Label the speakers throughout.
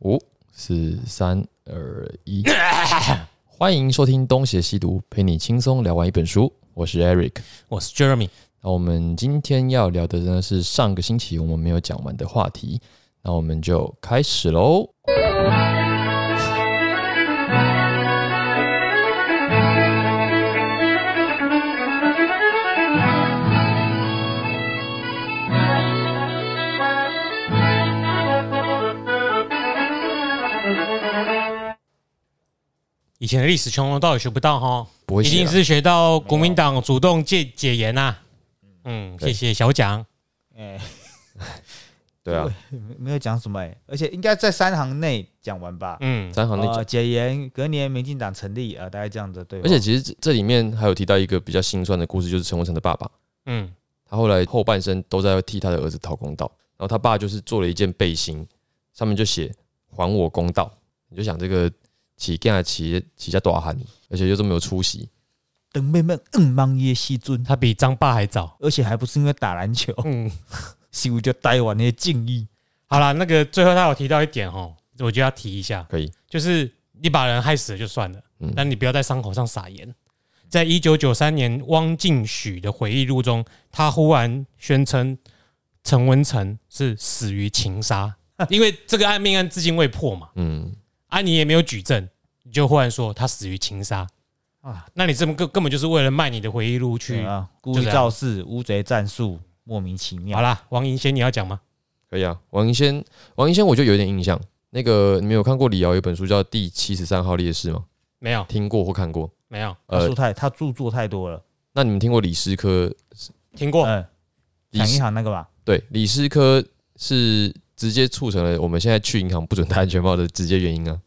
Speaker 1: 五、四、三、二、一， 欢迎收听《东邪西毒》，陪你轻松聊完一本书。我是 Eric。
Speaker 2: 我是 Jeremy。
Speaker 1: 那我们今天要聊的呢是上个星期我们没有讲完的话题，那我们就开始喽。
Speaker 2: 以前的历史穷龙到底学不到哈，
Speaker 1: 不会
Speaker 2: 一
Speaker 1: 写啊
Speaker 2: 定
Speaker 1: 啦
Speaker 2: 是学到国民党主动戒解严呐、嗯，
Speaker 1: 对
Speaker 2: 谢谢小蒋。
Speaker 3: 哎、
Speaker 1: 对啊，
Speaker 3: 没没有讲什么哎、而且应该在三行内讲完吧。
Speaker 2: 嗯，
Speaker 1: 三行内讲。
Speaker 3: 呃，解严，隔年民进党成立，呃，大概这样子对
Speaker 1: 而
Speaker 3: 吧。
Speaker 1: 且其实这这里面还有提到一个比较心酸的故事，就是陈文成的爸爸，
Speaker 2: 嗯，
Speaker 1: 他后来后半生都在替他的儿子讨公道。然后他爸就是做了一件背心，上面就写“还我公道”。你就想这个起干起起家大汉，而且又这么有出息，
Speaker 3: 等妹妹嗯忙耶西尊，
Speaker 2: 他比张爸还早。
Speaker 3: 而且还不是因为打篮球，
Speaker 2: 嗯，
Speaker 3: 是我就台湾那些敬意。
Speaker 2: 好啦，那个最后他有提到一点哦，我就要提一下，
Speaker 1: 可以
Speaker 2: 就是你把人害死了就算了，
Speaker 1: 嗯
Speaker 2: 但你不要在伤口上撒盐。在一九九三年汪静许的回忆录中，他忽然宣称陈文成是死于情杀， 因为这个案命案至今未破嘛。
Speaker 1: 嗯，
Speaker 2: 啊，你也没有举证，你就忽然说他死于情杀啊
Speaker 3: 啊？
Speaker 2: 那你这么根根本就是为了卖你的回忆录去
Speaker 3: 对？啊，故意造势、乌贼战术，莫名其
Speaker 2: 好
Speaker 3: 妙。
Speaker 2: 啦，王银仙你要讲吗？
Speaker 1: 可以啊。王银仙，王银仙我就有点印象。那个你们有看过李敖有一本书叫《第七十三号烈士》吗？
Speaker 2: 没有，
Speaker 1: 听过或看过？
Speaker 2: 没有
Speaker 3: 他
Speaker 1: 呃
Speaker 3: 书，太，他著作太多了。
Speaker 1: 那你们听过李师科？
Speaker 2: 听过。
Speaker 3: 嗯，
Speaker 1: 李
Speaker 3: 抢
Speaker 1: 师
Speaker 3: 银行那个吧，
Speaker 1: 对，李师科是直接促成了我们现在去银行不准戴安全帽的直接原因啊。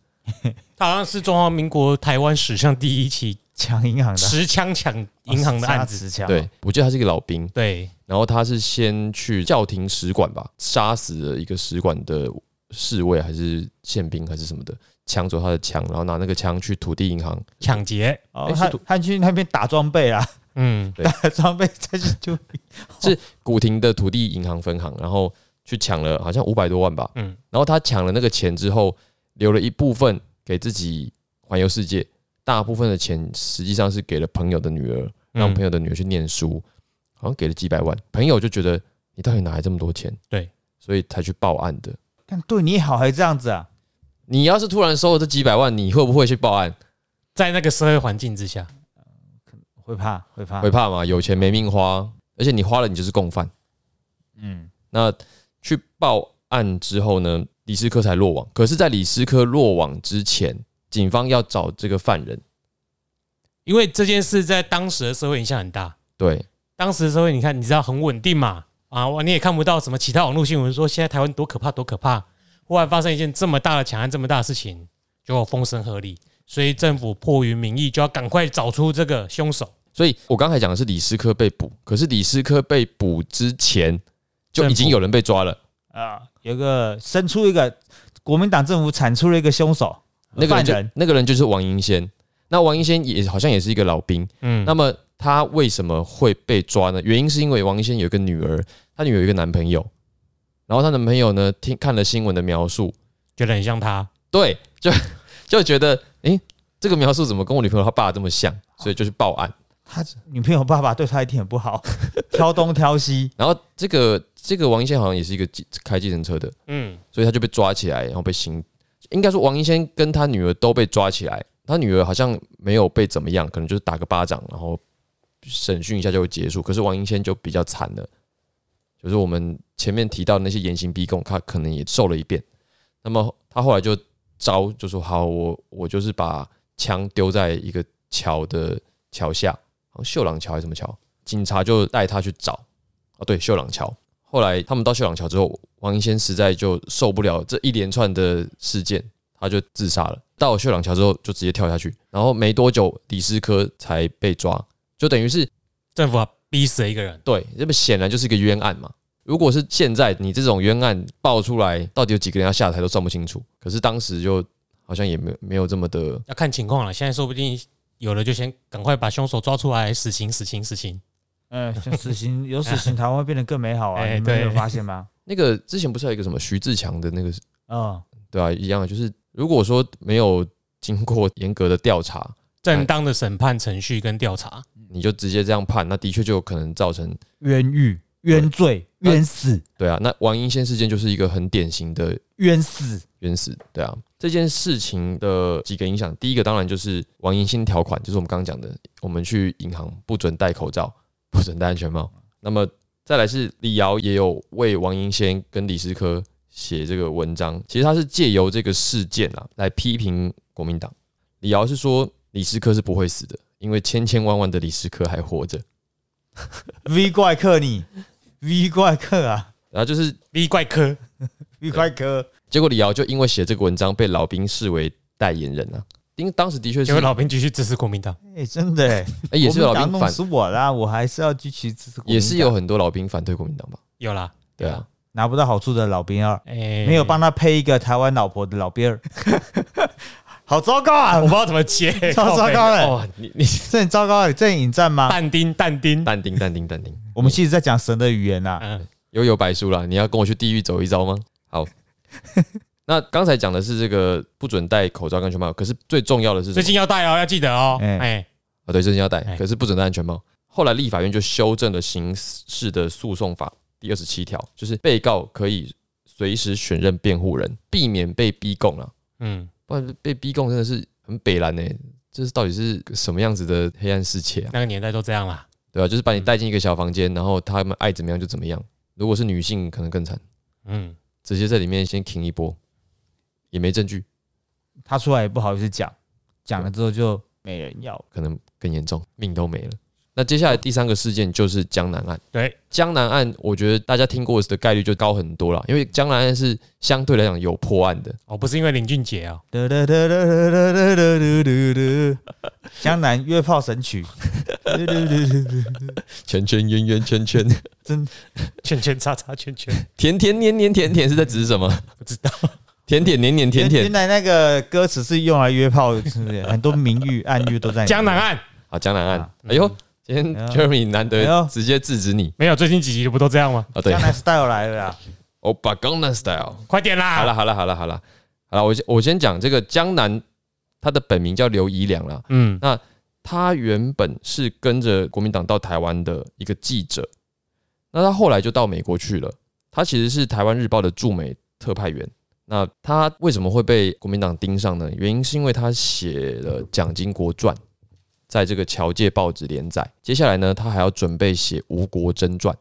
Speaker 2: 他好像是中华民国台湾史上第一起
Speaker 3: 抢银行的 哦
Speaker 2: 持枪抢银行的案
Speaker 3: 杀
Speaker 2: 子。
Speaker 3: 持枪。
Speaker 1: 对，我记得他是一个老兵，
Speaker 2: 对，
Speaker 1: 然后他是先去教廷使馆吧，杀死了一个使馆的侍卫还是宪兵还是什么的，抢走他的枪，然后拿那个枪去土地银行。
Speaker 2: 抢劫。
Speaker 3: 哦
Speaker 1: 诶，哎是
Speaker 3: 他
Speaker 1: 土
Speaker 3: 他去那边打装备啊，
Speaker 2: 嗯，
Speaker 3: 打装备 再去就
Speaker 1: 古亭的土地银行分行，然后去抢了好像五百多万吧，
Speaker 2: 嗯
Speaker 1: 然后他抢了那个钱之后，留了一部分给自己环游世界，大部分的钱实际上是给了朋友的女儿，让朋
Speaker 2: 友
Speaker 1: 友的女儿去念书，好像给了几百万，朋友就觉得你到底哪来这么多钱？
Speaker 2: 对，
Speaker 1: 所以才去报案的。
Speaker 3: 看对你好还这样子啊？
Speaker 1: 你要是突然收了这几百万，你会不会去报案？
Speaker 2: 在那个社会环境之下，
Speaker 3: 会怕会怕
Speaker 1: 会，怕吗？有钱没命花，而且你花了，你就是共犯。
Speaker 3: 嗯，
Speaker 1: 那去报案之后呢，李斯科才落网。可是，在李斯科落网之前，警方要找这个犯人。
Speaker 2: 因为这件事在当时的社会影响很大。
Speaker 1: 对，
Speaker 2: 当时的社会，你看，你知道很稳定嘛？啊，我你也看不到什么其他网络新闻说现在台湾多可怕多可怕，忽然发生一件这么大的抢案这么大的事情，就风声鹤唳，所以政府迫于民意就要赶快找出这个凶手。
Speaker 1: 所以我刚才讲的是李斯科被捕，可是李斯科被捕之前就已经有人被抓了，
Speaker 3: 啊，有个生出一个国民党政府产出了一个凶手，
Speaker 1: 那个
Speaker 3: 犯
Speaker 1: 人就
Speaker 3: 人
Speaker 1: 那个人就是王英先。那王英先也好像也是一个老兵，
Speaker 2: 嗯，
Speaker 1: 那么他为什么会被抓呢？原因是因为王一仙有一个女儿，她女儿有一个男朋友，然后她男朋友呢听看了新闻的描述，
Speaker 2: 觉得很像他，
Speaker 1: 对，就 就觉得诶、这个描述怎么跟我女朋友她爸这么像，所以就去报案。
Speaker 3: 他女朋友爸爸对他一点也 不好，挑东挑西，
Speaker 1: 然后这个这个王一仙好像也是一个计开计程车的，
Speaker 2: 嗯，
Speaker 1: 所以他就被抓起来，然后被刑。应该说王一仙跟他女儿都被抓起来，他女儿好像没有被怎么样，可能就是打个巴掌，然后审讯一下就会结束。可是王英仙就比较惨了，就是我们前面提到的那些严刑逼供，他可能也受了一遍。那么他后来就招，就说好，我我就是把枪丢在一个桥的桥下，好像秀朗桥还是什么桥，警察就带他去找。啊，对，秀朗桥。后来他们到秀朗桥之后，王英先实在就受不了这一连串的事件，他就自杀了。到了秀朗桥之后，就直接跳下去，然后没多久，李师科才被抓，就等于是
Speaker 2: 政府逼死了一个人，
Speaker 1: 对，这不显然就是一个冤案嘛。如果是现在你这种冤案爆出来，到底有几个人要下台都算不清楚。可是当时就好像也没有没有这么的，
Speaker 2: 要看情况了。现在说不定有了就先赶快把凶手抓出来，死刑，死刑，死刑。
Speaker 3: 嗯，像 死刑有死刑，台湾会变得更美好啊，
Speaker 2: 哎
Speaker 3: 你们没有
Speaker 2: 对
Speaker 3: 发现吗？
Speaker 1: 那个之前不是有一个什么徐志强的那个
Speaker 3: 嗯，
Speaker 1: 对啊，一样，就是如果说没有经过严格的调查，
Speaker 2: 正当的审判程序跟调查，
Speaker 3: 哎
Speaker 1: 你就直接这样判，那的确就有可能造成
Speaker 3: 冤狱、冤罪、
Speaker 1: 对
Speaker 3: 冤死、
Speaker 1: 对啊。那王英仙事件就是一个很典型的
Speaker 3: 冤死。
Speaker 1: 冤死，对啊。这件事情的几个影响，第一个当然就是王银新条款，就是我们刚刚讲的，我们去银行不准戴口罩，不准戴安全帽。那么再来是李瑶也有为王银先跟李思科写这个文章，其实他是借由这个事件啊来批评国民党。李瑶是说李思科是不会死的，因为千千万万的李思科还活着。
Speaker 3: V 怪客你，V 怪客啊
Speaker 1: 然后就是
Speaker 2: ，V 怪科
Speaker 3: ，V 怪客，
Speaker 1: 结果李瑶就因为写这个文章被老兵视为代言人啊，因为当时的确是
Speaker 2: 结果老兵继续支持国民党，
Speaker 3: 哎、真的、欸，
Speaker 1: 哎也是有
Speaker 3: 国
Speaker 1: 老
Speaker 3: 民党
Speaker 1: 兵反
Speaker 3: 弄死我啦，我还是要继续支持国民党。
Speaker 1: 也是有很多老兵反对国民党吧？
Speaker 2: 有啦，
Speaker 1: 对啊，
Speaker 3: 拿不到好处的老兵二，
Speaker 2: 哎、
Speaker 3: 没有帮他配一个台湾老婆的老 兵二，好糟糕啊
Speaker 1: 哦
Speaker 2: 我不！知道怎么接，
Speaker 3: 超糟糕的
Speaker 2: 靠
Speaker 1: 哇，你你
Speaker 3: 这很糟糕欸，这很引战吗？
Speaker 2: 但丁啊但丁，
Speaker 1: 啊淡定淡定淡定，
Speaker 3: 我们其实在讲神的语言呐、啊。
Speaker 2: 嗯，
Speaker 1: 悠悠白书啦，你要跟我去地狱走一遭吗？好，那刚才讲的是这个不准戴口罩跟安全帽，可是最重要的是什
Speaker 2: 最
Speaker 1: 么？
Speaker 2: 近要戴哦，要记得哦，哎、
Speaker 3: 哎
Speaker 1: 啊，对，最近要戴，
Speaker 2: 哎
Speaker 1: 可是不准戴安全帽。后来立法院就修正了刑事的诉讼法第二十七条，就是被告可以随时选任辩护人，避免被逼供啊。
Speaker 2: 嗯，
Speaker 1: 不然被逼供真的是很北蓝呢、欸这是到底是什么样子的黑暗世界啊？
Speaker 2: 那个年代都这样啦，
Speaker 1: 对啊吧、就是把你带进一个小房间，然后他们爱怎么样就怎么样。如果是女性，可能更惨，
Speaker 2: 嗯，
Speaker 1: 直接在里面先停一波，也没证据，
Speaker 3: 他出来也不好意思讲，讲了之后就没人要。
Speaker 1: 可能更严重，命都没了。那接下来第三个事件就是江南案。
Speaker 2: 对，
Speaker 1: 江南案，我觉得大家听过的概率就高很多了，因为江南案是相对来讲有破案的。
Speaker 2: 哦，不是因为林俊杰哦，
Speaker 3: 哒哒哒哒哒哒哒哒哒哒，江南约炮神曲，哒哒哒哒哒
Speaker 1: 圈圈圆圆圈圈，
Speaker 2: 圈圈叉叉圈圈，
Speaker 1: 甜甜黏黏甜甜是在指什么？
Speaker 2: 不知道，
Speaker 1: 甜甜黏黏 甜甜
Speaker 3: 原。来那个歌词是用来约炮，是不是？很多明喻暗喻都在里面
Speaker 2: 哎江
Speaker 1: 啊
Speaker 2: 南。岸
Speaker 1: 好，江南案
Speaker 3: 啊。
Speaker 1: 哎呦，今天
Speaker 3: 哎呦
Speaker 1: Jeremy 难
Speaker 3: 哎
Speaker 1: 得
Speaker 3: 呦
Speaker 1: 直接制止你
Speaker 2: 没有，最近几集不都这样吗？
Speaker 1: 啊！对
Speaker 3: 江，南 style 来啊了啦，
Speaker 1: 欧巴江南 style。
Speaker 2: 快点啦，
Speaker 3: 啊
Speaker 1: 好了，好了，好了，好了，好了，我先我先讲这个江南，他的本名叫刘怡良啦。
Speaker 2: 嗯，
Speaker 1: 他原本是跟着国民党到台湾的一个记者，那他后来就到美国去了。他其实是台湾日报的驻美特派员。那他为什么会被国民党盯上呢？原因是因为他写了《蒋经国传》在这个侨界报纸连载。接下来呢，他还要准备写《吴国桢传》。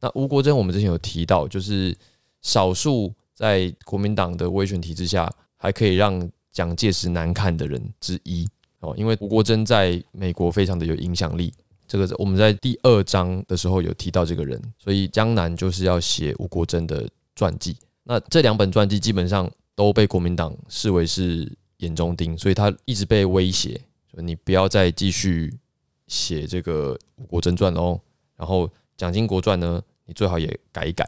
Speaker 1: 那吴国桢我们之前有提到，就是少数在国民党的威权体制下还可以让蒋介石难看的人之一。哦，因为吴国桢在美国非常的有影响力，这个我们在第二章的时候有提到这个人，所以江南就是要写吴国桢的传记。那这两本传记基本上都被国民党视为是眼中钉，所以他一直被威胁，说你不要再继续写这个吴国桢传喽。然后蒋经国传呢，你最好也改一改。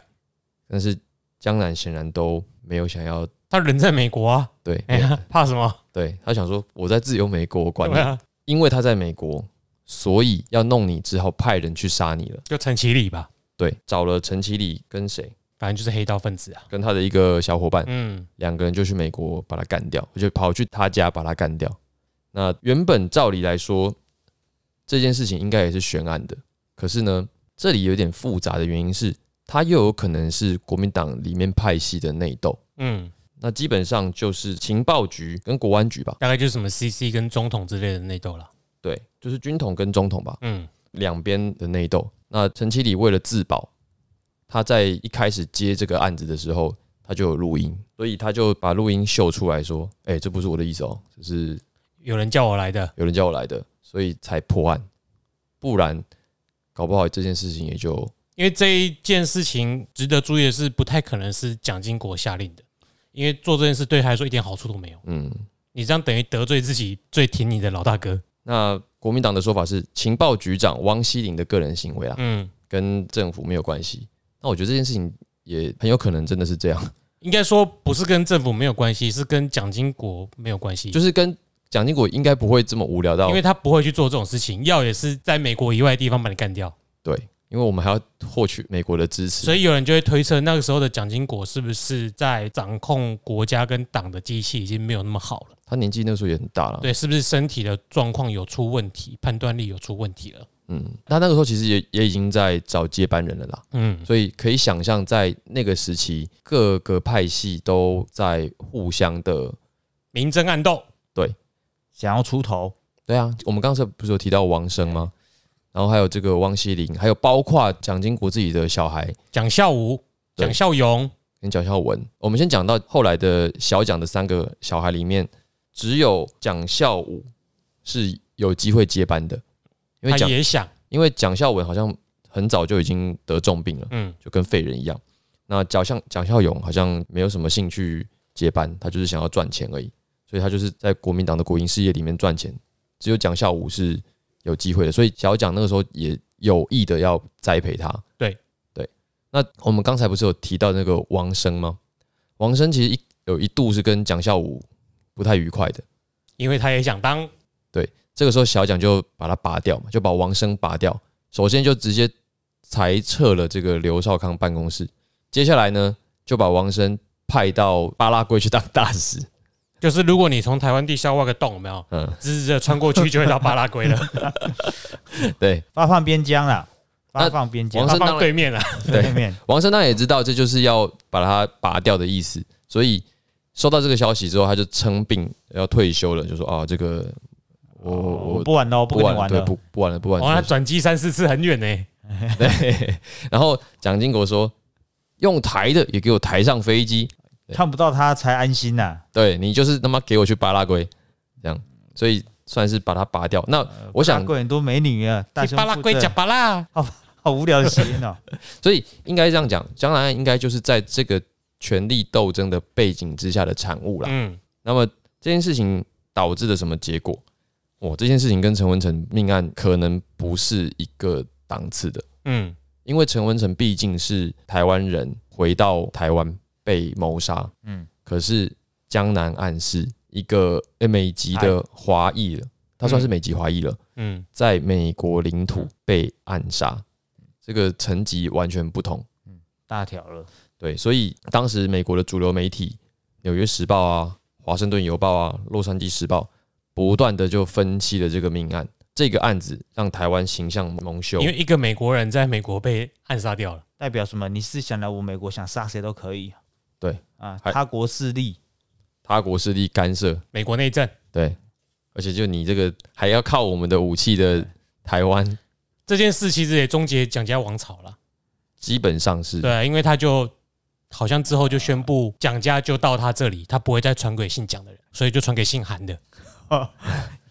Speaker 1: 但是江南显然都没有想要
Speaker 2: 他人在美国啊，
Speaker 1: 对，
Speaker 2: 哎、呀，怕什么？
Speaker 1: 对他想说我在自由美国，我管你
Speaker 2: 对啊，
Speaker 1: 因为他在美国，所以要弄你，只好派人去杀你了。
Speaker 2: 就陈其礼吧，
Speaker 1: 对，找了陈其礼跟谁，
Speaker 2: 反正就是黑道分子啊，
Speaker 1: 跟他的一个小伙伴，
Speaker 2: 嗯，
Speaker 1: 两个人就去美国把他干掉，就跑去他家把他干掉。那原本照理来说，这件事情应该也是悬案的，可是呢，这里有点复杂的原因是，他又有可能是国民党里面派系的内斗。
Speaker 2: 嗯，
Speaker 1: 那基本上就是情报局跟国安局吧，
Speaker 2: 大概就是什么 CC 跟中统之类的内斗啦。
Speaker 1: 对，就是军统跟中统吧。
Speaker 2: 嗯，
Speaker 1: 两边的内斗。那陈其礼为了自保，他在一开始接这个案子的时候，他就有录音，所以他就把录音秀出来说：“哎、这不是我的意思哦，这是
Speaker 2: 有人叫我来的，
Speaker 1: 有人叫我来的，所以才破案，不然搞不好这件事情也就
Speaker 2: 因为这一件事情值得注意的是，不太可能是蒋经国下令的，因为做这件事对他来说一点好处都没有。
Speaker 1: 嗯。”
Speaker 2: 你这样等于得罪自己最挺你的老大哥。
Speaker 1: 那国民党的说法是情报局长汪希林的个人行为啊，
Speaker 2: 嗯，
Speaker 1: 跟政府没有关系。那我觉得这件事情也很有可能真的是这样，
Speaker 2: 应该说不是跟政府没有关系，是跟蒋经国没有关系，
Speaker 1: 就是跟蒋经国应该不会这么无聊到
Speaker 2: 因为他不会去做这种事情，要也是在美国以外的地方把你干掉。
Speaker 1: 对，因为我们还要获取美国的支持。
Speaker 2: 所以有人就会推测，那个时候的蒋经国是不是在掌控国家跟党的机器已经没有那么好了？
Speaker 1: 他年纪那时候也很大了，
Speaker 2: 对，是不是身体的状况有出问题，判断力有出问题了？
Speaker 1: 嗯，他那个时候其实也也已经在找接班人了啦，
Speaker 2: 嗯，
Speaker 1: 所以可以想象，在那个时期，各个派系都在互相的，
Speaker 2: 明争暗斗，
Speaker 3: 想要出头，
Speaker 1: 对啊，我们刚才不是有提到王生吗？然后还有这个汪希林，还有包括蒋经国自己的小孩
Speaker 2: 蒋孝武、
Speaker 1: 对
Speaker 2: 蒋孝勇，
Speaker 1: 跟蒋孝文。我们先讲到后来的小蒋的三个小孩里面，只有蒋孝武是有机会接班的，因为
Speaker 2: 他
Speaker 1: 蒋
Speaker 2: 也想，
Speaker 1: 因为蒋孝文好像很早就已经得重病了，
Speaker 2: 嗯，
Speaker 1: 就跟废人一样。那蒋向蒋孝勇好像没有什么兴趣接班，他就是想要赚钱而已，所以他就是在国民党的国营事业里面赚钱。只有蒋孝武是有机会的，所以小蒋那个时候也有意的要栽培他。
Speaker 2: 对
Speaker 1: 对，那我们刚才不是有提到那个王生吗？王生其实一有一度是跟蒋孝武不太愉快的，
Speaker 2: 因为他也想当
Speaker 1: 这个时候小蒋就把他拔掉嘛，就把王生拔掉。首先就直接裁撤了这个刘少康办公室，接下来呢就把王生派到巴拉圭去当大使。
Speaker 2: 就是如果你从台湾地下挖个洞，有没有？
Speaker 1: 嗯，
Speaker 2: 直直的穿过去就会到巴拉 圭了，
Speaker 1: 对，
Speaker 3: 发放边疆啦，
Speaker 1: 那
Speaker 3: 发放边疆
Speaker 1: 王
Speaker 2: 他
Speaker 1: 生
Speaker 2: 放对面 了。
Speaker 1: 对
Speaker 3: 对面，
Speaker 1: 王生当然也知道这就是要把他拔掉的意思，所以收到这个消息之后，他就称病要退休了，就说啊，这个我我
Speaker 3: 我不玩哦了，不跟你玩
Speaker 1: 对，
Speaker 3: 了，哦
Speaker 1: 不不玩了，不玩
Speaker 2: 哇，他
Speaker 1: 了。
Speaker 2: 哦转机三四次很远呢。
Speaker 1: 对，然后蒋经国说，用台的也给我抬上飞机，
Speaker 3: 看不到他才安心呐。
Speaker 1: 对你就是他妈给我去巴拉圭，这样，所以算是把它拔掉。那
Speaker 3: 呃
Speaker 1: 我想
Speaker 3: 过很多美女啊，大
Speaker 2: 去
Speaker 3: 胸
Speaker 2: 巴拉
Speaker 3: 部
Speaker 2: 圭
Speaker 3: 这
Speaker 2: 加巴拉，
Speaker 3: 好无聊的谐音 哦。
Speaker 1: 所以应该这样讲，江南案应该就是在这个权力斗争的背景之下的产物啦。
Speaker 2: 嗯，
Speaker 1: 那么这件事情导致了什么结果？哦，这件事情跟陈文成命案可能不是一个档次的，
Speaker 2: 嗯，
Speaker 1: 因为陈文成毕竟是台湾人，回到台湾被谋杀，
Speaker 3: 嗯，
Speaker 1: 可是江南案是一个呃美籍的华裔了，他算是美籍华裔了。
Speaker 2: 嗯，
Speaker 1: 在美国领土被暗杀，这个层级完全不同。
Speaker 3: 大条了，
Speaker 1: 对，所以当时美国的主流媒体《纽约时报》啊、《华盛顿邮报》啊、《洛杉矶时报》不断的就分析了这个命案，这个案子让台湾形象蒙羞
Speaker 2: 因。为一个美国人在美国被暗杀掉了，
Speaker 3: 代表什么？你是想来我美国想杀谁都可以。
Speaker 1: 对
Speaker 3: 啊，
Speaker 1: 还
Speaker 3: 他国势力
Speaker 1: 他国势力干涉，
Speaker 2: 美国内战，
Speaker 1: 对，而且就你这个还要靠我们的武器的台湾，
Speaker 2: 这件事其实也终结蒋家王朝了。
Speaker 1: 基本上是
Speaker 2: 对啊，因为他就好像之后就宣布蒋家就到他这里，他不会再传给姓蒋的人，所以就传给姓韩的。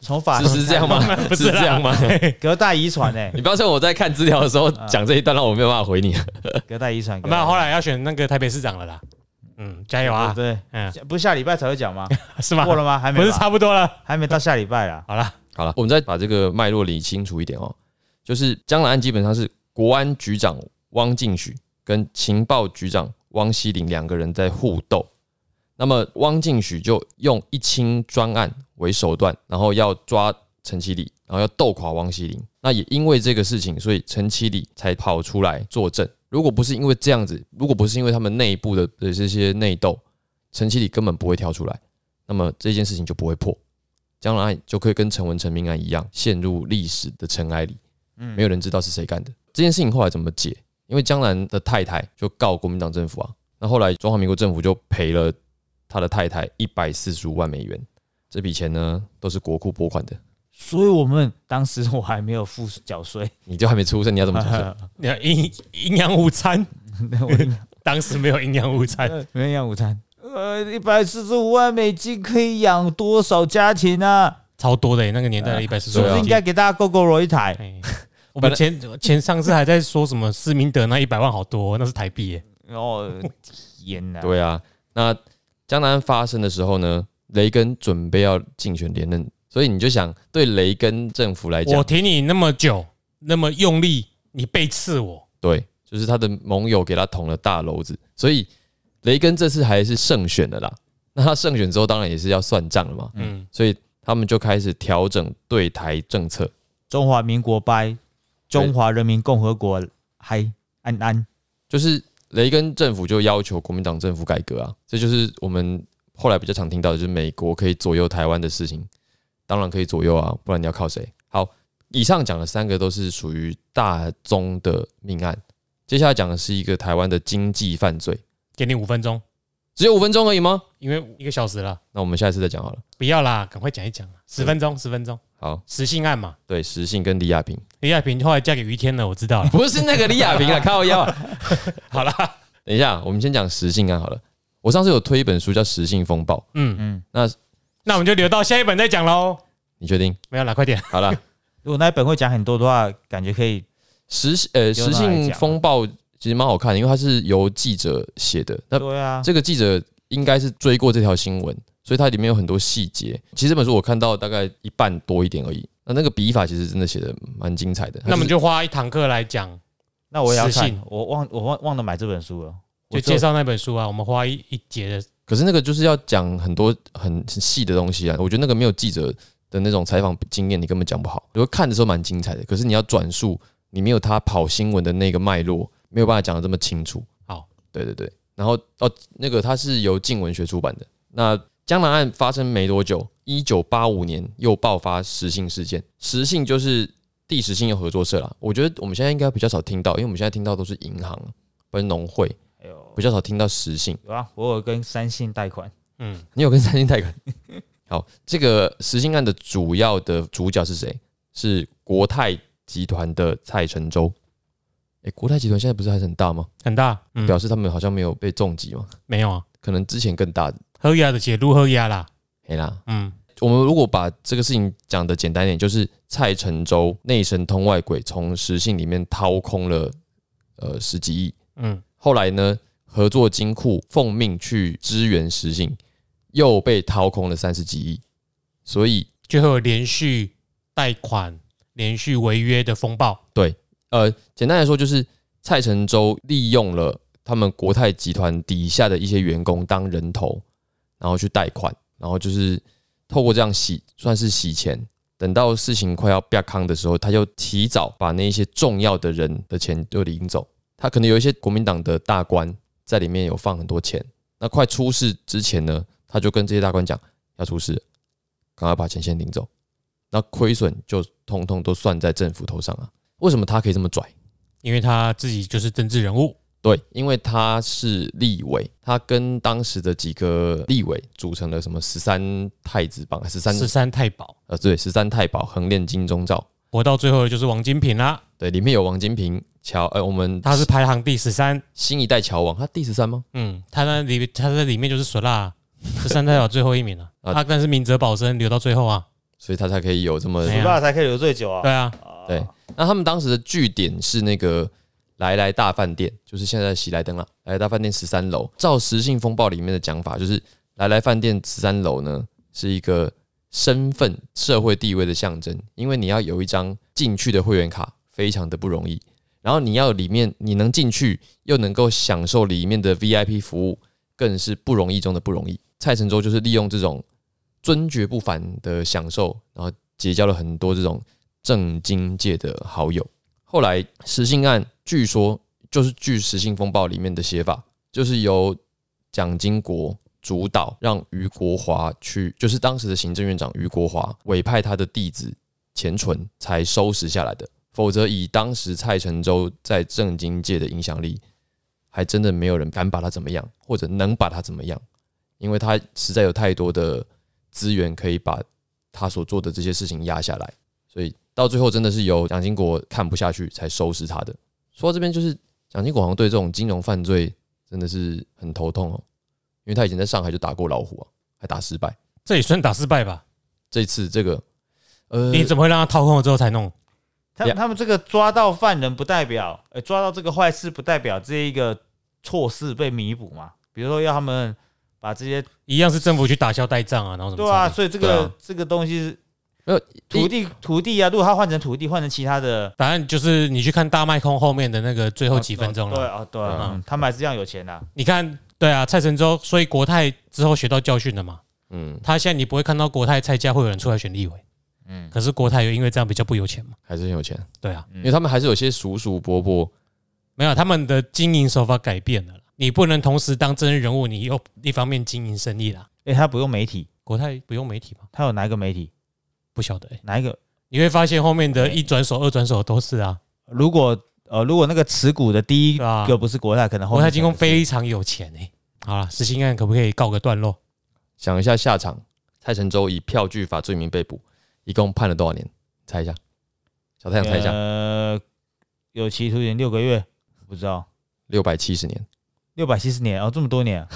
Speaker 3: 从法
Speaker 1: 是是这样吗？
Speaker 2: 不是啦
Speaker 1: 这样 吗？，
Speaker 3: 隔代遗传欸呢
Speaker 1: 你不要趁我在看资料的时候讲这一段，让我没有办法回你。
Speaker 3: 隔代遗传。
Speaker 2: 没有，后来要选那个台北市长了啦。嗯，加油啊！
Speaker 3: 对，
Speaker 2: 嗯，
Speaker 3: 不是下礼拜才会 讲吗？
Speaker 2: 是吗？
Speaker 3: 过了吗？还没
Speaker 2: 不
Speaker 3: 吧，
Speaker 2: 是差不多了。
Speaker 3: 还没到下礼拜啊啦。
Speaker 2: 好了，
Speaker 1: 好了，我们再把这个脉络理清楚一点哦。就是江南案基本上是国安局长汪敬许跟情报局长汪希林两个人在互斗。那么汪敬许就用一清专案为手段，然后要抓陈其礼，然后要斗垮汪希林。那也因为这个事情，所以陈其礼才跑出来作证。如果不是因为这样子，如果不是因为他们内部的的这些内斗，陈其礼根本不会跳出来，那么这件事情就不会破。江南案就可以跟陈文成命案一样，陷入历史的尘埃里，
Speaker 3: 嗯
Speaker 1: 没有人知道是谁干的。这件事情后来怎么解？因为江南的太太就告国民党政府啊，那后来中华民国政府就赔了他的太太一百四十五万美元，这笔钱呢都是国库拨款的，
Speaker 3: 所以我们当时我还没有付缴税，
Speaker 1: 你就还没出生，你要怎么出 生？
Speaker 2: 你看营营养午餐，
Speaker 3: 我 领
Speaker 2: 当时没有营养午餐，
Speaker 3: 没人养午餐。呃，一百四十五万美金可以养多少家庭啊？
Speaker 2: 超多的耶，那个年代的一百四十
Speaker 3: 是不
Speaker 1: 对啊
Speaker 3: 是应该给大家 GoGo 一台？
Speaker 2: 哎，我们前前上次还在说什么施明德那一百万好多哦、那是台币耶。
Speaker 3: 哦，天哪！
Speaker 1: 对啊，那江南案发生的时候呢，雷根准备要竞选连任，所以你就想对雷根政府来
Speaker 2: 我
Speaker 1: 讲，
Speaker 2: 挺你那么久，那么用力，你背刺我，
Speaker 1: 对，就是他的盟友给他捅了大篓子，所以雷根这次还是胜选了啦。那他胜选之后，当然也是要算账了嘛，
Speaker 2: 嗯，
Speaker 1: 所以他们就开始调整对台政策。
Speaker 3: 中华民国掰，中华人民共和国嗨安安，
Speaker 1: 就是雷根政府就要求国民党政府改革啊，这就是我们后来比较常听到的，就是美国可以左右台湾的事情，当然可以左右啊，不然你要靠谁？好，以上讲的三个都是属于大宗的命案，接下来讲的是一个台湾的经济犯罪，
Speaker 2: 给你五分钟，
Speaker 1: 只有五分钟而已吗？
Speaker 2: 因为一个小时了，
Speaker 1: 那我们下一次再讲好了。
Speaker 2: 不要啦，赶快讲一讲啦，十分钟，十分钟，
Speaker 1: 好，
Speaker 2: 实性案嘛。
Speaker 1: 对，实信跟李亚平，。
Speaker 2: 李亚平后来嫁给于天了，我知道了
Speaker 1: 不是那个李亚平 啊，靠腰啊。
Speaker 2: 好啦，
Speaker 1: 等一下，我们先讲实信案好了。我上次有推一本书叫《实信风暴》，
Speaker 2: 嗯，
Speaker 3: 嗯，
Speaker 2: 那我们就留到下一本再讲喽。
Speaker 1: 你确 定？
Speaker 2: 没有啦，快点。
Speaker 1: 好了，
Speaker 3: 如果那一本会讲很多的话，感觉可以
Speaker 1: 实呃
Speaker 3: 由
Speaker 1: 实
Speaker 3: 他来
Speaker 1: 信
Speaker 3: 讲
Speaker 1: 风暴其实蛮好看的，因为它是由记者写的。那
Speaker 3: 对啊，
Speaker 1: 这个记者应该是追过这条新闻，所以它里面有很多细节。其实这本书我看到大概一半多一点而已。那那个笔法其实真的写的蛮精彩的。
Speaker 2: 那我们
Speaker 1: 就
Speaker 2: 就花一堂课来讲，
Speaker 3: 那我也要
Speaker 2: 私信
Speaker 3: 看，我忘我忘忘了买这本书了，
Speaker 2: 就
Speaker 3: 我
Speaker 2: 介
Speaker 3: 就
Speaker 2: 绍那本书啊。我们花一一节的，
Speaker 1: 可是那个就是要讲很多很细的东西啊，我觉得那个没有记者的那种采访经验，你根本讲不好。比如看的时候蛮精彩的，可是你要转述，你没有他跑新闻的那个脉络，没有办法讲的这么清楚。
Speaker 2: 好，
Speaker 1: 对对对，然后哦，那个它是由静文学出版的。那江南案发生没多久，一九八五年又爆发实信事件，实信就是第十信用合作社啦。我觉得我们现在应该比较少听到，因为我们现在听到都是银行跟农会，
Speaker 3: 哎呦
Speaker 1: 比较少听到实信。
Speaker 3: 有啊，我有跟三信贷款，
Speaker 2: 嗯，
Speaker 1: 你有跟三星贷款？ 好，这个实心案的主要的主角是谁？是国泰集团的蔡成洲。诶，国泰集团现在不是还是很大吗？
Speaker 2: 很大，嗯，
Speaker 1: 表示他们好像没有被重击嘛，
Speaker 2: 没有啊，
Speaker 1: 可能之前更大。
Speaker 2: 喝牙的解录喝牙啦，
Speaker 1: 嘿啦，
Speaker 2: 嗯，
Speaker 1: 我们如果把这个事情讲的简单一点，就是蔡成洲内神通外鬼，从实信里面掏空了呃十几亿，
Speaker 2: 嗯，
Speaker 1: 后来呢，合作金库奉命去支援实信，又被掏空了三十几亿，所以
Speaker 2: 就会有连续贷款、连续违约的风暴。
Speaker 1: 呃，简单来说就是蔡成洲利用了他们国泰集团底下的一些员工当人头，然后去贷款，然后就是透过这样洗，算是洗钱。等到事情快要被康的时候，他就提早把那一些重要的人的钱就领走。他可能有一些国民党的大官在里面有放很多钱。那快出事之前呢，他就跟这些大官讲要出事了，赶快把钱先领走。那亏损就通通都算在政府头上啊。为什么他可以这么拽？
Speaker 2: 因为他自己就是政治人物，
Speaker 1: 对，因为他是立委，他跟当时的几个立委组成了什么十三太子帮、十三
Speaker 2: 十三太保，
Speaker 1: 呃对十三太保、横练金钟罩，
Speaker 2: 活到最后的就是王金平啦，
Speaker 1: 对，里面有王金平、乔呃我们
Speaker 2: 他是排行第十三，
Speaker 1: 新一代乔王，他第十三吗？
Speaker 2: 嗯，他那里他在里面就是索拉十三代表最后一名了
Speaker 1: 啊
Speaker 2: 啊，但是明哲保身留到最后啊，
Speaker 1: 所以他才可以有这么
Speaker 2: 哎呀
Speaker 3: 爸才可以留最久
Speaker 2: 对
Speaker 3: 啊，
Speaker 2: 啊，
Speaker 3: 啊
Speaker 1: 对，那他们当时的据点是那个来来大饭店，就是现在的喜来登啦。来来大饭店十三楼，照《实信风暴》里面的讲法，就是来来饭店十三楼呢是一个身份、社会地位的象征，因为你要有一张进去的会员卡，非常的不容易。然后你要里面你能进去，又能够享受里面的 VIP 服务，更是不容易中的不容易。蔡成洲就是利用这种尊爵不凡的享受，然后结交了很多这种政经界的好友。后来实信案据说就是据《实信风暴》里面的写法，就是由蒋经国主导，让于国华去，就是当时的行政院长于国华委派他的弟子钱纯才收拾下来的。否则，以当时蔡成洲在政经界的影响力，还真的没有人敢把他怎么样，或者能把他怎么样，因为他实在有太多的资源可以把他所做的这些事情压下来。所以到最后真的是由蒋经国看不下去才收拾他的。说到这边，就是蒋经国好像对这种金融犯罪真的是很头痛哦，因为他以前在上海就打过老虎啊，还打失败。
Speaker 2: 这也算打失败吧？
Speaker 1: 这次这个，呃，
Speaker 2: 你怎么会让他掏空了之后才弄？
Speaker 3: 他
Speaker 1: 呀
Speaker 3: 他们这个抓到犯人不代表，呃，抓到这个坏事不代表这一个错事被弥补嘛。比如说要他们把这些，
Speaker 2: 一样是政府去打消呆账啊，然后什么
Speaker 3: 对
Speaker 2: 差
Speaker 3: 啊，
Speaker 2: 别？
Speaker 3: 所以这
Speaker 1: 对
Speaker 3: 个
Speaker 1: 啊
Speaker 3: 这个东西是
Speaker 1: 没有
Speaker 3: 土地土地啊，如果他换成土地，换成其他的，
Speaker 2: 答案就是你去看大麦空后面的那个最后几分钟
Speaker 3: 对
Speaker 2: 了。
Speaker 3: 啊，对啊
Speaker 1: 嗯，
Speaker 3: 嗯他们还是这样有钱啊。
Speaker 2: 你看，对啊，蔡成洲，所以国泰之后学到教训了嘛。
Speaker 1: 嗯，
Speaker 2: 他现在你不会看到国泰蔡家会有人出来选立委，
Speaker 3: 嗯，
Speaker 2: 可是国泰又因为这样比较不有钱嘛。
Speaker 1: 还是很有钱，
Speaker 2: 对啊，
Speaker 1: 因为他们还是有些叔叔伯伯
Speaker 2: 没有他们的经营手法改变了啦，你不能同时当真人物，你又一方面经营生意啦。
Speaker 3: 哎、他不用媒体，
Speaker 2: 国泰不用媒体吗？
Speaker 3: 他有哪一个媒体？
Speaker 2: 不晓得、欸，
Speaker 3: 哪一个？
Speaker 2: 你会发现后面的一转手、二转手都是啊。
Speaker 3: 如果呃，如果那个持股的第一
Speaker 2: 对啊
Speaker 3: 个不是国泰，可能后
Speaker 2: 国
Speaker 3: 面
Speaker 2: 泰金控
Speaker 3: 才不是
Speaker 2: 非常有钱哎、好了，实行案可不可以告个段落？
Speaker 1: 想一下下场，蔡成洲以票据法罪名被捕，一共判了多少年？猜一下，小太阳猜一下，
Speaker 3: 呃，有期徒刑六个月，不知道
Speaker 1: 六百七十年。
Speaker 3: 六百七十年哦，这么多年啊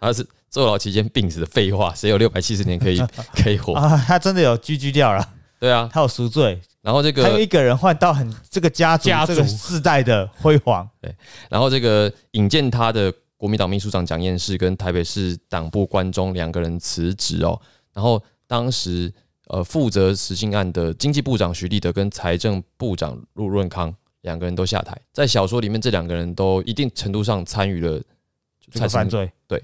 Speaker 1: 他是坐牢期间病死的，废话，谁有六百七十年可以 可以活？
Speaker 3: 啊， 他真的有居居掉了，
Speaker 1: 对啊，
Speaker 3: 他有赎罪，
Speaker 1: 然后这
Speaker 3: 他用
Speaker 1: 个，
Speaker 3: 一个人换到很这个家族
Speaker 2: 家族
Speaker 3: 这个世代的辉 煌，
Speaker 1: 然后这个引荐他的国民党秘书长蒋彦士跟台北市党部关中两个人辞职哦，然后当时呃负责实行案的经济部长徐立德跟财政部长陆润康两个人都下台，在小说里面这两个人都一定程度上参与了
Speaker 3: 这个犯
Speaker 1: 蔡成
Speaker 3: 罪，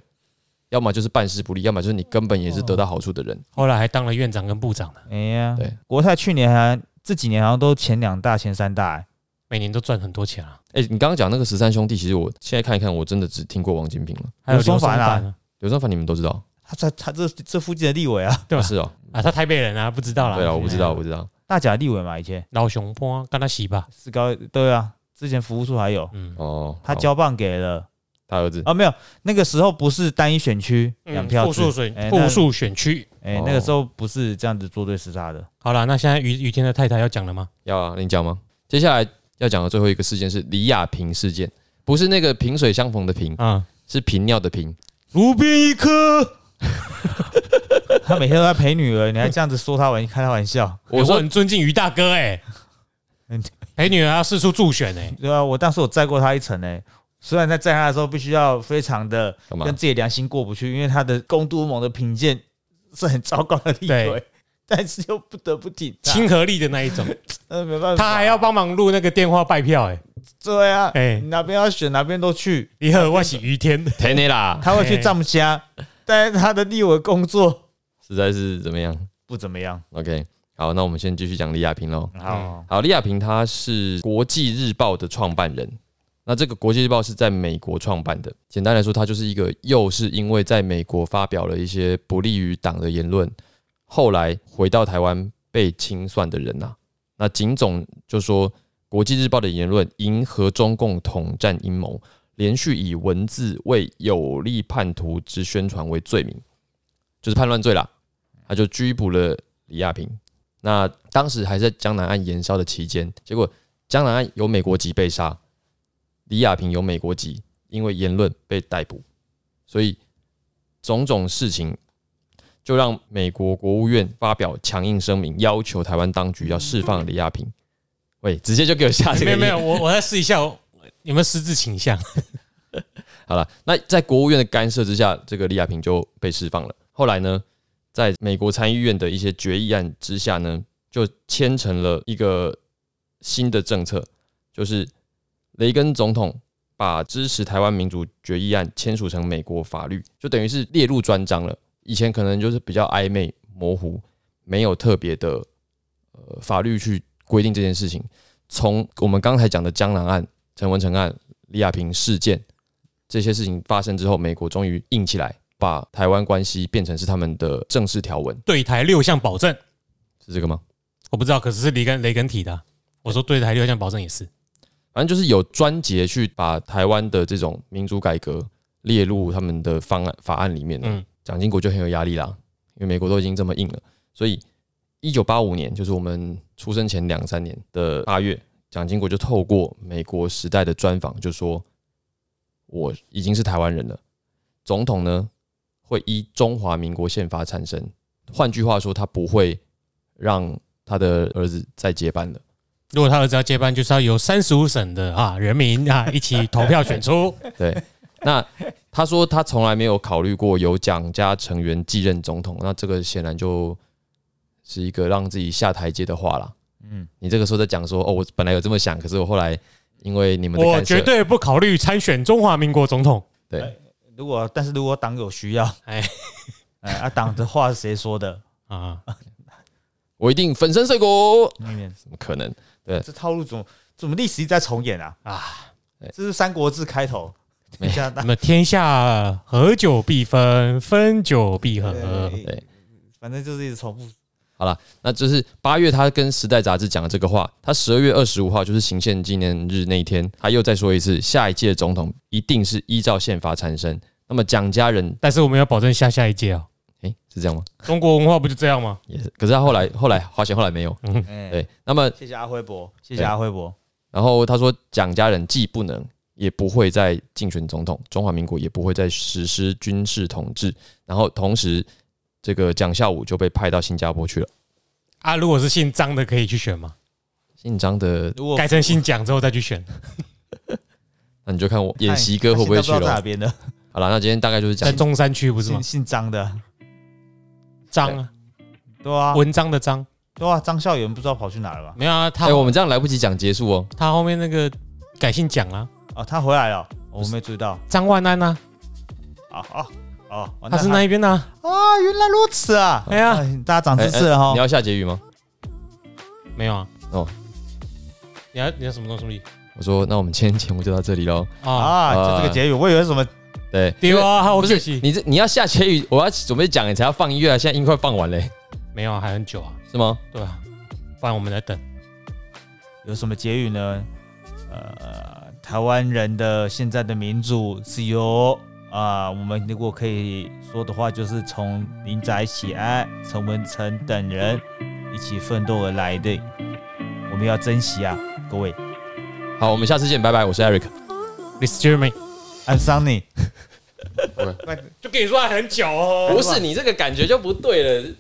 Speaker 1: 要么就是办事不力，要么就是你根本也是得到好处的
Speaker 3: 哦
Speaker 1: 人。
Speaker 2: 后来还当了院长跟部长呢，
Speaker 3: 哎呀，
Speaker 1: 对，
Speaker 3: 国泰去年还这几年好像都前两大、前三大、欸，
Speaker 2: 每年都赚很多钱啊。
Speaker 1: 哎、你刚刚讲那个十三兄弟，其实我现在看一看，我真的只听过王金平了。
Speaker 2: 还有
Speaker 3: 刘
Speaker 2: 刘
Speaker 3: 松
Speaker 2: 松
Speaker 3: 凡啊
Speaker 2: 凡啊，
Speaker 1: 刘三凡你们都知道，
Speaker 3: 他在他这这附近的立委啊，
Speaker 2: 对吧
Speaker 1: 是哦，
Speaker 2: 啊，他台北人啊，不知道啦。
Speaker 1: 对啊，我不知道，
Speaker 2: 哎
Speaker 1: 我不知道。
Speaker 3: 大甲立委嘛，以前
Speaker 2: 老熊坡跟他洗吧。
Speaker 3: 是高对啊，之前服务处还有，
Speaker 2: 嗯，
Speaker 1: 哦，
Speaker 3: 他
Speaker 1: 好
Speaker 3: 交棒给了。
Speaker 1: 他儿子，
Speaker 3: 啊，没有，那个时候不是单一选区
Speaker 2: 嗯
Speaker 3: 两票
Speaker 2: 复
Speaker 3: 制
Speaker 2: 数，选
Speaker 3: 哎
Speaker 2: 复数选区。
Speaker 3: 哎、
Speaker 1: 哦
Speaker 3: 那个时候不是这样子做对厮杀的。
Speaker 2: 好了，那现在于于天的太太要讲了吗？
Speaker 1: 要啊，你讲吗？接下来要讲的最后一个事件是李亚平事件，不是那个萍水相逢的萍，
Speaker 2: 啊，
Speaker 1: 是频尿的频。
Speaker 3: 路边一颗， 他每天都在陪女儿，你还这样子说他玩开他玩笑？
Speaker 2: 我
Speaker 1: 我说
Speaker 2: 很尊敬于大哥 哎
Speaker 3: 嗯，
Speaker 2: 陪女儿要四处助选哎，
Speaker 3: 对啊，我当时我载过他一程呢、欸虽然在载他的时候必须要非常的
Speaker 1: 干嘛
Speaker 3: 跟？自己的良心过不去，因为他的公都盟的品鉴是很糟糕的地
Speaker 2: 对
Speaker 3: 位， 但是又不得不挺他，
Speaker 2: 亲和力的那 一种，
Speaker 3: 呃，没办法，
Speaker 2: 他还要帮忙录那个电话拜票哎。
Speaker 3: 对啊，
Speaker 2: 哎
Speaker 3: 你哪边要选哪边都去，
Speaker 2: 你好，我是于天。
Speaker 1: 天你啦，
Speaker 3: 他会
Speaker 2: 哎
Speaker 3: 去丈母家，但是他的立委工作
Speaker 1: 实在是怎么样
Speaker 3: 不怎么样。
Speaker 1: ？OK，好，那我们先继续讲李亚平喽。
Speaker 2: 嗯
Speaker 3: 好，
Speaker 1: 好，李亚平他是国际日报的创办人。那这个国际日报是在美国创办的。简单来说，他就是一个又是因为在美国发表了一些不利于党的言论，后来回到台湾被清算的人呐、那警总就说，国际日报的言论迎合中共统战阴谋，连续以文字为有利叛徒之宣传为罪名，就是叛乱罪啦。他就拘捕了李亚平。那当时还在江南岸延烧的期间，结果江南岸有美国籍被杀，李亚平有美国籍，因为言论被逮捕，所以种种事情就让美国国务院发表强硬声明，要求台湾当局要释放李亚平。喂，直接就给我下这个音
Speaker 2: 没有没有，我我再试一下，我有没有失智倾向？
Speaker 1: 好了，那在国务院的干涉之下，这个李亚平就被释放了。后来呢，在美国参议院的一些决议案之下呢，就签成了一个新的政策，就是雷根总统把支持台湾民主决议案签署成美国法律，就等于是列入专章了。以前可能就是比较暧昧模糊，没有特别的呃法律去规定这件事情。从我们刚才讲的江南案、陈文成案、李亚平事件这些事情发生之后，美国终于硬起来，把台湾关系变成是他们的正式条文，
Speaker 2: 对台六项保证，
Speaker 1: 是这个吗？
Speaker 2: 我不知道，可是是雷根雷根提的啊。我说对台六项保证也是，
Speaker 1: 反正就是有专节去把台湾的这种民主改革列入他们的方案法案里面了。
Speaker 2: 嗯，
Speaker 1: 蒋经国就很有压力啦，因为美国都已经这么硬了，所以一九八五年就是我们出生前两三年的八月，蒋经国就透过美国时代的专访就说，我已经是台湾人了，总统呢会依中华民国宪法产生，换句话说，他不会让他的儿子再接班了。
Speaker 2: 如果他儿子要接班，就是要由三十五省的啊人民啊一起投票选出。
Speaker 1: 对， 那他说他从来没有考虑过由蒋家成员继任总统，那这个显然就是一个让自己下台阶的话啦。
Speaker 3: 嗯，
Speaker 1: 你这个时候在讲说，哦，我本来有这么想，可是我后来因为你们的
Speaker 2: 我
Speaker 1: 干涉
Speaker 2: 绝对不考虑参选中华民国总统。
Speaker 1: 对
Speaker 3: 如果但是如果党有需要，
Speaker 2: 哎
Speaker 3: 哎，啊，党的话是谁说的？
Speaker 2: 啊，
Speaker 1: 我一定粉身碎骨，
Speaker 3: 那边
Speaker 1: 怎么可能？
Speaker 3: 这套路怎么怎么历史一直在重演啊？
Speaker 2: 哎
Speaker 3: 这是《三国志》开头，
Speaker 1: 没
Speaker 3: 加拿大
Speaker 2: 那么天下合久必分，分久必合。
Speaker 1: 嗯对，
Speaker 3: 反正就是一直重复。
Speaker 1: 那就是八月他跟《时代》杂志讲的这个话，他十二月二十五号就是行宪纪念日那一天，他又再说一次，下一届总统一定是依照宪法产生。那么蒋家人，
Speaker 2: 但是我们要保证下下一届哦。
Speaker 1: 诶、是这样吗？
Speaker 2: 中国文化不就这样吗？
Speaker 1: 也是，可是他后来后来好险后来没有。
Speaker 3: 哎，
Speaker 1: 嗯
Speaker 2: 嗯
Speaker 1: 对，那么
Speaker 3: 谢谢阿辉伯，谢谢
Speaker 1: 对
Speaker 3: 阿辉伯。
Speaker 1: 然后他说，蒋家人既不能也不会再竞选总统，中华民国也不会再实施军事统治。然后同时，这个蒋孝武就被派到新加坡去了。
Speaker 2: 啊，如果是姓张的可以去选吗？
Speaker 1: 姓张的，
Speaker 3: 如果
Speaker 2: 改成姓蒋之后再去选。
Speaker 1: 那你就看我演习哥会不会去
Speaker 3: 他现在不知道在哪
Speaker 1: 了。
Speaker 3: 边的？
Speaker 1: 好了，那今天大概就是讲
Speaker 2: 在中山区不是吗
Speaker 3: 姓？姓张的，
Speaker 2: 张啊，
Speaker 3: 对啊，
Speaker 2: 文章的章。
Speaker 3: 对啊，张孝元不知道跑去哪了吧？
Speaker 2: 没有啊，他
Speaker 1: 哎、我们这样来不及讲结束哦。
Speaker 2: 他后面那个改姓蒋啊，
Speaker 3: 哦，他回来了，我没注意到。
Speaker 2: 张万安啊，
Speaker 3: 啊啊哦，完
Speaker 2: 他
Speaker 3: 蛋
Speaker 2: 是那一边的啊。
Speaker 3: 啊，原来如此啊！
Speaker 2: 哎呀，
Speaker 3: 大家长知识
Speaker 1: 哎
Speaker 3: 了
Speaker 1: 哎你
Speaker 3: 哈。
Speaker 1: 要下结语吗？
Speaker 2: 没有啊。
Speaker 1: 哦，
Speaker 2: 你要你要什么东西
Speaker 1: 我说，那我们今天节目就到这里喽。
Speaker 2: 啊？
Speaker 3: 啊，就这个结语，我以为是什么
Speaker 1: 对，
Speaker 2: 丢啊，好
Speaker 1: 不
Speaker 2: 可
Speaker 1: 是
Speaker 2: 惜。
Speaker 1: 你这你要下结语，我要准备讲，你才要放音乐啊。现在音快放完嘞，
Speaker 2: 没有啊，还很久啊。
Speaker 1: 是吗？
Speaker 2: 对啊，不然我们来等。
Speaker 3: 有什么结语呢？呃，台湾人的现在的民主是由啊、我们如果可以说的话，就是从林宅喜安、陈文成等人一起奋斗而来的，我们要珍惜啊，各位。
Speaker 1: 好，我们下次见，拜拜。我是 Eric。
Speaker 2: This Jeremy，
Speaker 3: I'm Sunny，
Speaker 2: 就跟你说还很久哦。
Speaker 1: 啊不是你这个感觉就不对了。